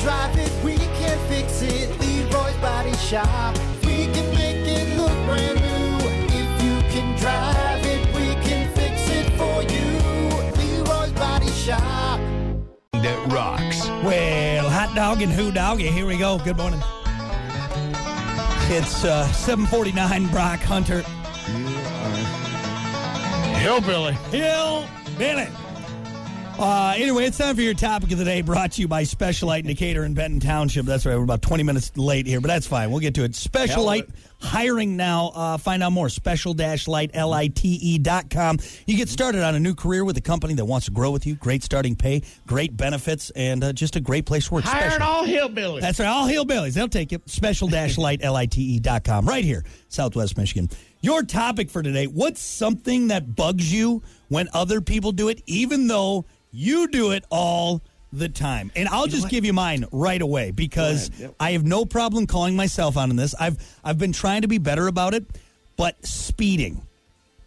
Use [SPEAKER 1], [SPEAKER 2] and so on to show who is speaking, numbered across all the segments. [SPEAKER 1] drive it, we can fix it. Leroy's Body Shop. We can make it look brand new. If you can drive it, we can fix it for you. Leroy's Body Shop.
[SPEAKER 2] that rocks.
[SPEAKER 3] Well, hot dog and who doggy. Here we go. Good morning. It's uh, 749 Brock Hunter.
[SPEAKER 4] Hillbilly.
[SPEAKER 3] Hill Billy. Uh, anyway, it's time for your topic of the day brought to you by Special Light Indicator in Benton Township. That's right. We're about 20 minutes late here, but that's fine. We'll get to it. Special
[SPEAKER 4] Hell of
[SPEAKER 3] Light
[SPEAKER 4] it.
[SPEAKER 3] hiring now. Uh, find out more. Special dash light, L I T E dot com. You get started on a new career with a company that wants to grow with you. Great starting pay, great benefits, and uh, just a great place to work.
[SPEAKER 4] Hired
[SPEAKER 3] Special-
[SPEAKER 4] all hillbillies.
[SPEAKER 3] that's right. All hillbillies. They'll take you. Special dash light, L I T E dot com. Right here, Southwest Michigan. Your topic for today what's something that bugs you when other people do it, even though you do it all the time? And I'll just give you mine right away because
[SPEAKER 4] ahead. Yep.
[SPEAKER 3] I have no problem calling myself out on this. I've, I've been trying to be better about it, but speeding.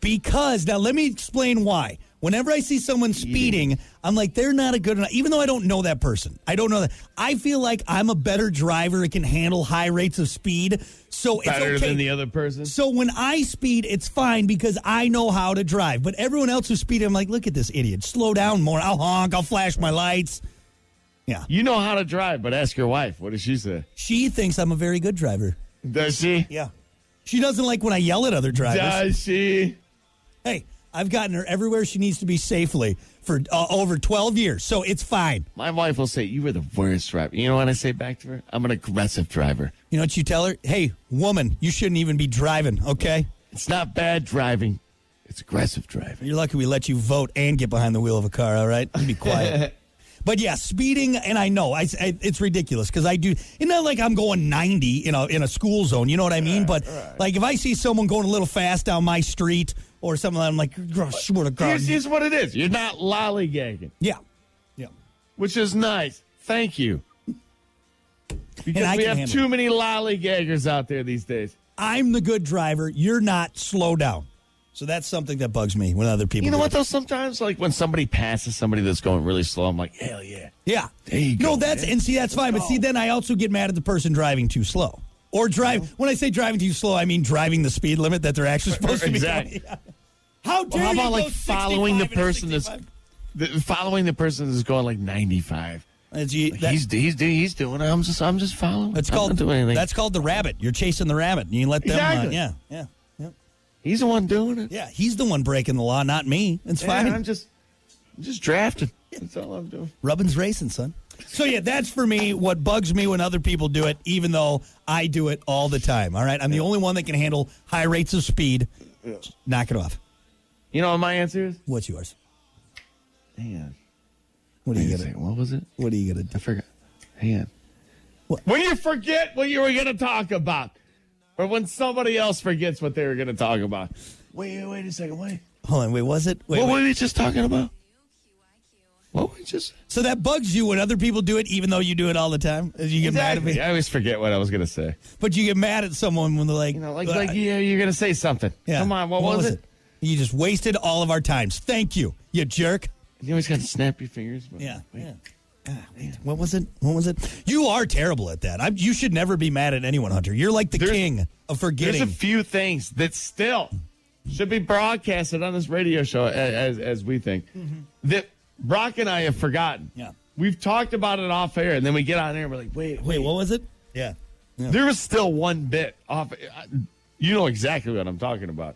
[SPEAKER 3] Because now let me explain why. Whenever I see someone speeding, I'm like, they're not a good enough. Even though I don't know that person, I don't know that. I feel like I'm a better driver. and can handle high rates of speed. So
[SPEAKER 4] Better
[SPEAKER 3] it's okay.
[SPEAKER 4] than the other person.
[SPEAKER 3] so when I speed, it's fine because I know how to drive. But everyone else who's speeding, I'm like, look at this idiot. Slow down more. I'll honk. I'll flash my lights. Yeah.
[SPEAKER 4] You know how to drive, but ask your wife. What does she say?
[SPEAKER 3] She thinks I'm a very good driver.
[SPEAKER 4] Does she?
[SPEAKER 3] Yeah. She doesn't like when I yell at other drivers.
[SPEAKER 4] Does she?
[SPEAKER 3] Hey, I've gotten her everywhere she needs to be safely for uh, over 12 years, so it's fine.
[SPEAKER 4] My wife will say, You were the worst driver. You know what I say back to her? I'm an aggressive driver.
[SPEAKER 3] You know what you tell her? Hey, woman, you shouldn't even be driving, okay?
[SPEAKER 4] It's not bad driving, it's aggressive driving.
[SPEAKER 3] You're lucky we let you vote and get behind the wheel of a car, all right? You be quiet. but yeah, speeding, and I know I, I- it's ridiculous because I do. It's not like I'm going 90 in a, in a school zone, you know what I mean? but like if I see someone going a little fast down my street or something, I'm like, "Gross, what a car.
[SPEAKER 4] Here's, here's what it is you're not lollygagging,
[SPEAKER 3] Yeah. Yeah.
[SPEAKER 4] which is nice. Thank you.
[SPEAKER 3] And I
[SPEAKER 4] Because we
[SPEAKER 3] can
[SPEAKER 4] have
[SPEAKER 3] handle
[SPEAKER 4] too many lollygaggers out there these days.
[SPEAKER 3] I'm the good driver. You're not. Slow down. So that's something that bugs me when other people.
[SPEAKER 4] You know
[SPEAKER 3] do
[SPEAKER 4] what
[SPEAKER 3] it.
[SPEAKER 4] though? Sometimes, like when somebody passes somebody that's going really slow, I'm like, hell yeah.
[SPEAKER 3] Yeah.
[SPEAKER 4] There you
[SPEAKER 3] no,
[SPEAKER 4] go,
[SPEAKER 3] that's
[SPEAKER 4] man.
[SPEAKER 3] and see that's fine. But see, then I also get mad at the person driving too slow. Or drive. When I say driving too slow, I mean driving the speed limit that they're actually supposed
[SPEAKER 4] Exactly.
[SPEAKER 3] to be. going. How dare
[SPEAKER 4] Well, how
[SPEAKER 3] you
[SPEAKER 4] about
[SPEAKER 3] go
[SPEAKER 4] like following the
[SPEAKER 3] 65 and
[SPEAKER 4] person that's
[SPEAKER 3] 65?
[SPEAKER 4] the, following the person that's going like 95?
[SPEAKER 3] That's, you- that-
[SPEAKER 4] he's he's do- he's doing. it. I'm just I'm just following.
[SPEAKER 3] that's
[SPEAKER 4] I'm
[SPEAKER 3] called
[SPEAKER 4] not doing anything.
[SPEAKER 3] that's called the rabbit. You're chasing the rabbit, and you let them. uh,
[SPEAKER 4] Exactly.
[SPEAKER 3] yeah, yeah, yeah,
[SPEAKER 4] he's the one doing it.
[SPEAKER 3] yeah. He's the one breaking the law, not me. It's
[SPEAKER 4] Yeah,
[SPEAKER 3] fine.
[SPEAKER 4] I'm just I'm just drafting. That's all I'm doing.
[SPEAKER 3] Rubbin's racing, son. So yeah, that's for me what bugs me when other people do it, even though I do it all the time. All right. I'm the only one that can handle high rates of speed. Knock it off.
[SPEAKER 4] You know what my answer is?
[SPEAKER 3] What's yours?
[SPEAKER 4] Man,
[SPEAKER 3] What are
[SPEAKER 4] Wait
[SPEAKER 3] you
[SPEAKER 4] a
[SPEAKER 3] gonna
[SPEAKER 4] second, what was it?
[SPEAKER 3] what are you gonna do?
[SPEAKER 4] I forgot. Man,
[SPEAKER 3] What?
[SPEAKER 4] when you forget what you were going to talk about, or when somebody else forgets what they were going to talk about. Wait, wait a second. Wait.
[SPEAKER 3] Hold on, wait, was it? Wait,
[SPEAKER 4] what
[SPEAKER 3] wait.
[SPEAKER 4] were we just talking about? What were we just?
[SPEAKER 3] So that bugs you when other people do it, even though you do it all the time. You get mad at me.
[SPEAKER 4] I always forget what I was gonna say.
[SPEAKER 3] But you get mad at someone when they're like,
[SPEAKER 4] You know, like
[SPEAKER 3] "Uh,
[SPEAKER 4] like yeah, you're gonna say something.
[SPEAKER 3] yeah,
[SPEAKER 4] Come on, what, was, it?
[SPEAKER 3] You just wasted all of our times. Thank you, you jerk.
[SPEAKER 4] You always gotta snap your fingers. but-
[SPEAKER 3] Yeah.
[SPEAKER 4] Wait.
[SPEAKER 3] Yeah. Ah, wait, What was it? What was it? You are terrible at that. I, you should never be mad at anyone, Hunter. You're like the
[SPEAKER 4] There's-
[SPEAKER 3] king of
[SPEAKER 4] There's a
[SPEAKER 3] forgetting.
[SPEAKER 4] few things that still should be broadcasted on this radio show, a- as as we think that Brock and I have forgotten.
[SPEAKER 3] Mm-hmm. Yeah.
[SPEAKER 4] We've talked about it off air, and then we get on air and we're like, wait, wait,
[SPEAKER 3] wait, what was it? Yeah.
[SPEAKER 4] There was still one bit off. I- You know exactly what I'm talking about.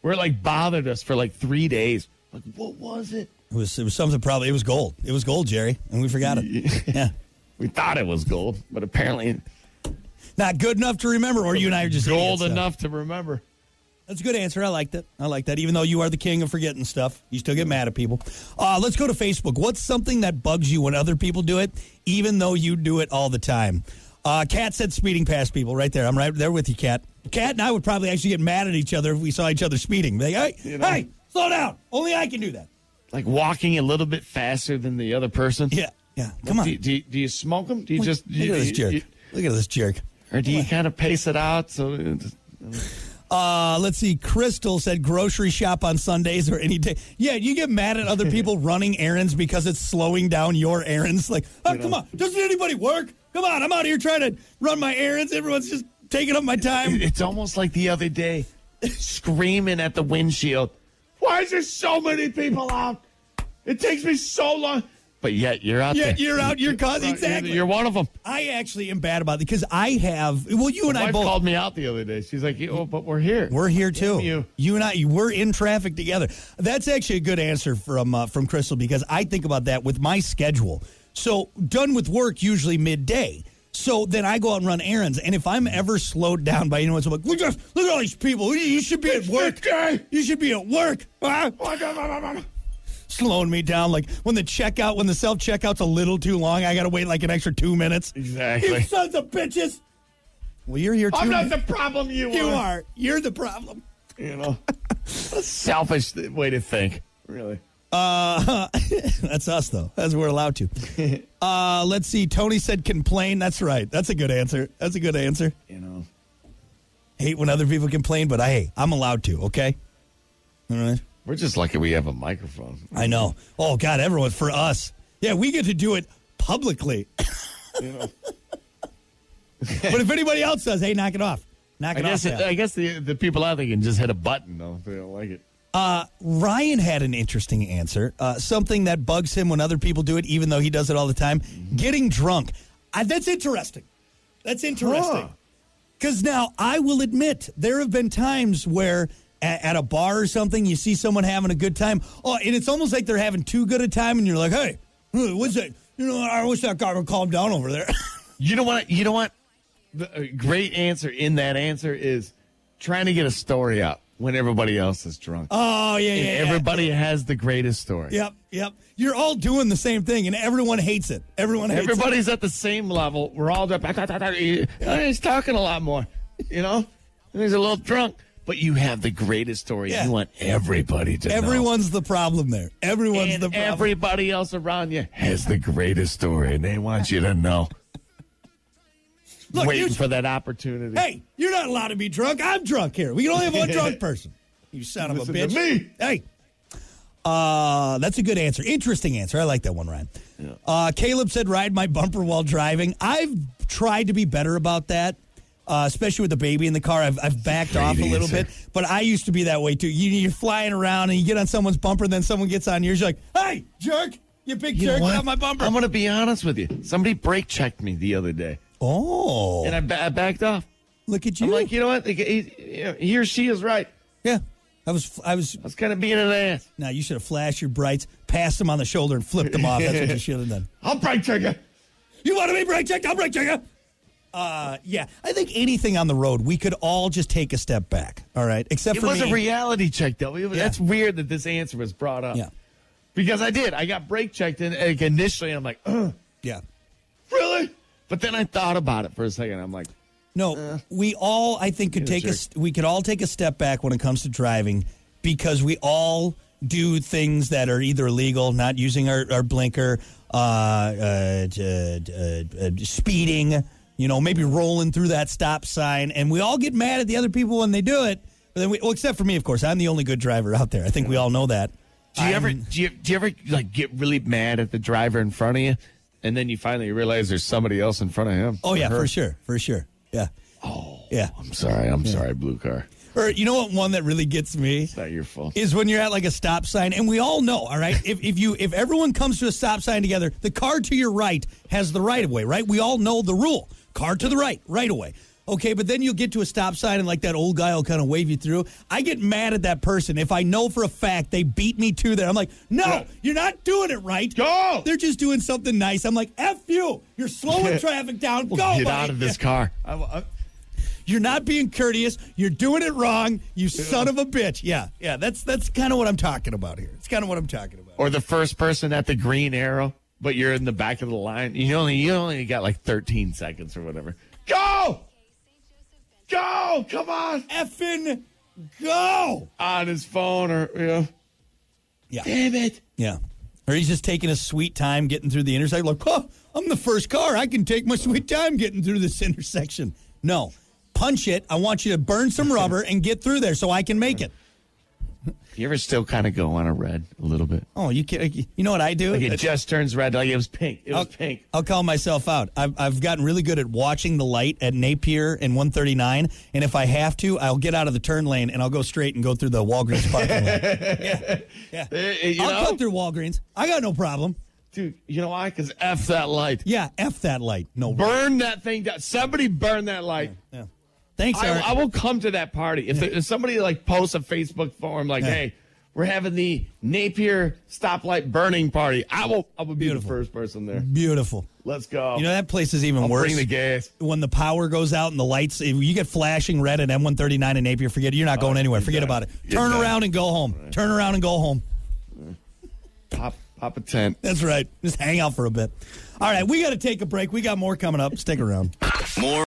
[SPEAKER 4] Where it like bothered us for like three days. Like, what was it?
[SPEAKER 3] It was. It was something. Probably. It was gold. It was gold, Jerry, and we forgot it. yeah.
[SPEAKER 4] We thought it was gold, but apparently
[SPEAKER 3] Not good enough to remember, or you and I are just idiots,
[SPEAKER 4] gold
[SPEAKER 3] so.
[SPEAKER 4] enough to remember.
[SPEAKER 3] That's a good answer. I liked it. I like that. Even though you are the king of forgetting stuff, you still get mad at people. Uh, let's go to Facebook. What's something that bugs you when other people do it, even though you do it all the time? Uh, Kat said speeding past people right there. I'm right there with you, Kat. Kat and I would probably actually get mad at each other if we saw each other speeding. Like, hey,
[SPEAKER 4] You know?
[SPEAKER 3] hey, slow down. Only I can do that.
[SPEAKER 4] Like walking a little bit faster than the other person.
[SPEAKER 3] Yeah, yeah. Come on.
[SPEAKER 4] Do, do, do you smoke them? Do you
[SPEAKER 3] Look-
[SPEAKER 4] just
[SPEAKER 3] look at this
[SPEAKER 4] you-
[SPEAKER 3] jerk.
[SPEAKER 4] you-
[SPEAKER 3] Look at this jerk.
[SPEAKER 4] or do you kind of pace it out? So
[SPEAKER 3] Uh, let's see. Crystal said grocery shop on Sundays or any day. Yeah, you get mad at other people running errands because it's slowing down your errands. Like, oh, come on. Doesn't anybody work? Come on. I'm out here trying to run my errands. Everyone's just taking up my time.
[SPEAKER 4] It's almost like the other day, screaming at the windshield. Why is there so many people out? It takes me so long. But yet you're out
[SPEAKER 3] Yeah,
[SPEAKER 4] there. Uh,
[SPEAKER 3] you're out. You're causing.
[SPEAKER 4] You're-
[SPEAKER 3] Exactly.
[SPEAKER 4] You're one of them.
[SPEAKER 3] I actually am bad about it because I have. Well, you and
[SPEAKER 4] My
[SPEAKER 3] I
[SPEAKER 4] wife
[SPEAKER 3] both.
[SPEAKER 4] called me out the other day. She's like, "Oh, but we're here.
[SPEAKER 3] We're here too.
[SPEAKER 4] you.
[SPEAKER 3] and I, we're in traffic together. That's actually a good answer from uh, from Crystal because I think about that with my schedule. So done with work usually midday. So then I go out and run errands, and if I'm ever slowed down by anyone, so I'm like, "Look at look at all these people. You- You should be at work. You should be at work." Ah, slowing me down. Like when the checkout, when the self checkout's a little too long, I got to wait like an extra two minutes. You
[SPEAKER 4] Exactly.
[SPEAKER 3] sons of bitches. Well, you're here too.
[SPEAKER 4] I'm not the problem. You,
[SPEAKER 3] you are. You're the problem.
[SPEAKER 4] You know, a selfish th- way to think. Really.
[SPEAKER 3] That's us, though. That's what we're allowed to. uh, let's see. Tony said complain. That's right. That's a good answer. That's a good answer.
[SPEAKER 4] You know.
[SPEAKER 3] Hate when other people complain, but hey, I'm allowed to, okay? All right.
[SPEAKER 4] We're just lucky we have a microphone.
[SPEAKER 3] I know. Oh, God, everyone, for us. Yeah, we get to do it publicly. but if anybody else does, hey, knock it off. Knock
[SPEAKER 4] I
[SPEAKER 3] it
[SPEAKER 4] guess.
[SPEAKER 3] off.
[SPEAKER 4] It,
[SPEAKER 3] pal.
[SPEAKER 4] I guess the the people out there can just hit a button though if they don't like it.
[SPEAKER 3] Ryan had an interesting answer. Uh, something that bugs him when other people do it, even though he does it all the time. Getting drunk. I, that's interesting. That's interesting. Because now I will admit there have been times where at, at a bar or something you see someone having a good time. Oh, and it's almost like they're having too good a time, and you're like, hey, hey, what's that? You know, I wish that guy would calm down over there.
[SPEAKER 4] You know what? You know what? The a great answer in that answer is trying to get a story out when everybody else is drunk.
[SPEAKER 3] oh yeah, yeah,
[SPEAKER 4] and
[SPEAKER 3] yeah.
[SPEAKER 4] everybody has the greatest story.
[SPEAKER 3] Yep, yep. You're all doing the same thing, and everyone hates it. Everyone hates it.
[SPEAKER 4] Everybody's at the same level. We're all up. He's talking a lot more, you know. And he's a little drunk, but you have the greatest story.
[SPEAKER 3] Yeah.
[SPEAKER 4] You want everybody to know.
[SPEAKER 3] Everyone's the problem there. Everyone's
[SPEAKER 4] and
[SPEAKER 3] the problem.
[SPEAKER 4] everybody else around you has the greatest story, and they want you to know.
[SPEAKER 3] Look,
[SPEAKER 4] Waiting
[SPEAKER 3] you-
[SPEAKER 4] for that opportunity.
[SPEAKER 3] Hey, you're not allowed to be drunk. I'm drunk here. We can only have one drunk person. You son of a
[SPEAKER 4] Listen to
[SPEAKER 3] bitch.
[SPEAKER 4] me.
[SPEAKER 3] Hey. Uh, that's a good answer. Interesting answer. I like that one, Ryan. Uh, Caleb said, ride my bumper while driving. I've tried to be better about that, uh, especially with the baby in the car. I've, I've backed off a
[SPEAKER 4] Great
[SPEAKER 3] little
[SPEAKER 4] answer.
[SPEAKER 3] bit, but I used to be that way too. You, you're flying around and you get on someone's bumper, and then someone gets on yours. You're like, hey, jerk, you big
[SPEAKER 4] You know
[SPEAKER 3] jerk,
[SPEAKER 4] what?
[SPEAKER 3] get off my bumper.
[SPEAKER 4] I'm going to be honest with you. Somebody brake checked me the other day,
[SPEAKER 3] oh,
[SPEAKER 4] and I, ba- I backed off.
[SPEAKER 3] look at you.
[SPEAKER 4] I'm like, you know what? He, he, he or she is right.
[SPEAKER 3] yeah. I was, I was
[SPEAKER 4] I was kind of being an ass.
[SPEAKER 3] Now you should have flashed your brights, passed them on the shoulder, and flipped them off. That's what you should have done.
[SPEAKER 4] I'll brake check you.
[SPEAKER 3] You want to be brake checked? I'll brake check you. Uh, yeah, I think anything on the road, we could all just take a step back. All right, except
[SPEAKER 4] It
[SPEAKER 3] for
[SPEAKER 4] was
[SPEAKER 3] me.
[SPEAKER 4] a reality check, though. It was-
[SPEAKER 3] Yeah.
[SPEAKER 4] That's weird that this answer was brought up.
[SPEAKER 3] Yeah.
[SPEAKER 4] Because I did. I got brake checked, and like, initially I'm like, Ugh,
[SPEAKER 3] yeah,
[SPEAKER 4] really? But then I thought about it for a second. I'm like,
[SPEAKER 3] no, we all I think could
[SPEAKER 4] You're a
[SPEAKER 3] take a
[SPEAKER 4] jerk.
[SPEAKER 3] st- we could all take a step back when it comes to driving because we all do things that are either illegal, not using our, our blinker, uh, uh, d- d- uh, uh, speeding, you know, maybe rolling through that stop sign, and we all get mad at the other people when they do it. But then we, well, except for me, of course, I'm the only good driver out there. I think we all know that.
[SPEAKER 4] do you ever
[SPEAKER 3] I'm-
[SPEAKER 4] do you, do you ever like get really mad at the driver in front of you, and then you finally realize there's somebody else in front of him?
[SPEAKER 3] Oh
[SPEAKER 4] or
[SPEAKER 3] yeah,
[SPEAKER 4] her?
[SPEAKER 3] for sure, for sure. Yeah. Oh. Yeah.
[SPEAKER 4] I'm sorry. I'm sorry, blue car.
[SPEAKER 3] Or you know what? One that really gets me.
[SPEAKER 4] It's not your fault.
[SPEAKER 3] is when you're at like a stop sign, and we all know, all right. If, if you if everyone comes to a stop sign together, the car to your right has the right of way, right? We all know the rule: car to the right, right away. Okay, but then you'll get to a stop sign, and like that old guy will kind of wave you through. I get mad at that person if I know for a fact they beat me to there. I'm like, no,
[SPEAKER 4] Yeah.
[SPEAKER 3] you're not doing it right.
[SPEAKER 4] Go!
[SPEAKER 3] They're just doing something nice. I'm like, f you. You're slowing traffic down. Go.
[SPEAKER 4] Get
[SPEAKER 3] buddy.
[SPEAKER 4] out of this car. I, I,
[SPEAKER 3] You're not being courteous. You're doing it wrong. You son of a bitch. Yeah, yeah. That's that's kind of what I'm talking about here. It's kind of what I'm talking about.
[SPEAKER 4] or the first person at the green arrow, but you're in the back of the line. You only you only got like 13 seconds or whatever. Go, go, come on!
[SPEAKER 3] Effing go.
[SPEAKER 4] On his phone or you know.
[SPEAKER 3] Yeah.
[SPEAKER 4] Damn it!
[SPEAKER 3] Yeah. Or he's just taking his sweet time getting through the intersection. Like, huh, I'm the first car. I can take my sweet time getting through this intersection. No. punch it. I want you to burn some rubber and get through there so I can make it.
[SPEAKER 4] You ever still kind of go on a red a little bit?
[SPEAKER 3] Oh, you can, you know what I do?
[SPEAKER 4] Like it just turns red. Like it was pink. It was
[SPEAKER 3] I'll,
[SPEAKER 4] pink.
[SPEAKER 3] I'll call myself out. I've, I've gotten really good at watching the light at Napier and 139. And if I have to, I'll get out of the turn lane and I'll go straight and go through the Walgreens parking lot. Yeah. yeah.
[SPEAKER 4] Eh, you
[SPEAKER 3] I'll
[SPEAKER 4] know?
[SPEAKER 3] cut through Walgreens. I got no problem.
[SPEAKER 4] Dude, you know why? Because F that light.
[SPEAKER 3] Yeah, F that light. No problem.
[SPEAKER 4] Burn that thing down. Somebody burn that light.
[SPEAKER 3] Thanks,
[SPEAKER 4] I,
[SPEAKER 3] Art.
[SPEAKER 4] I will come to that party. If, there, if somebody like posts a Facebook forum like,
[SPEAKER 3] Yeah.
[SPEAKER 4] hey, we're having the Napier stoplight burning party, I will I will be
[SPEAKER 3] Beautiful.
[SPEAKER 4] the first person there.
[SPEAKER 3] Beautiful.
[SPEAKER 4] Let's go.
[SPEAKER 3] You know, that place is even
[SPEAKER 4] I'll
[SPEAKER 3] worse.
[SPEAKER 4] bring the gas.
[SPEAKER 3] when the power goes out and the lights, if you get flashing red at M139 and Napier, forget it. You're
[SPEAKER 4] Oh,
[SPEAKER 3] not going anywhere. Forget
[SPEAKER 4] done.
[SPEAKER 3] about it.
[SPEAKER 4] You're
[SPEAKER 3] Turn
[SPEAKER 4] done.
[SPEAKER 3] around and go home. Turn around and go home.
[SPEAKER 4] Pop pop a tent.
[SPEAKER 3] That's right. Just hang out for a bit. All right, we got to take a break. We got more coming up. Stick around.
[SPEAKER 2] More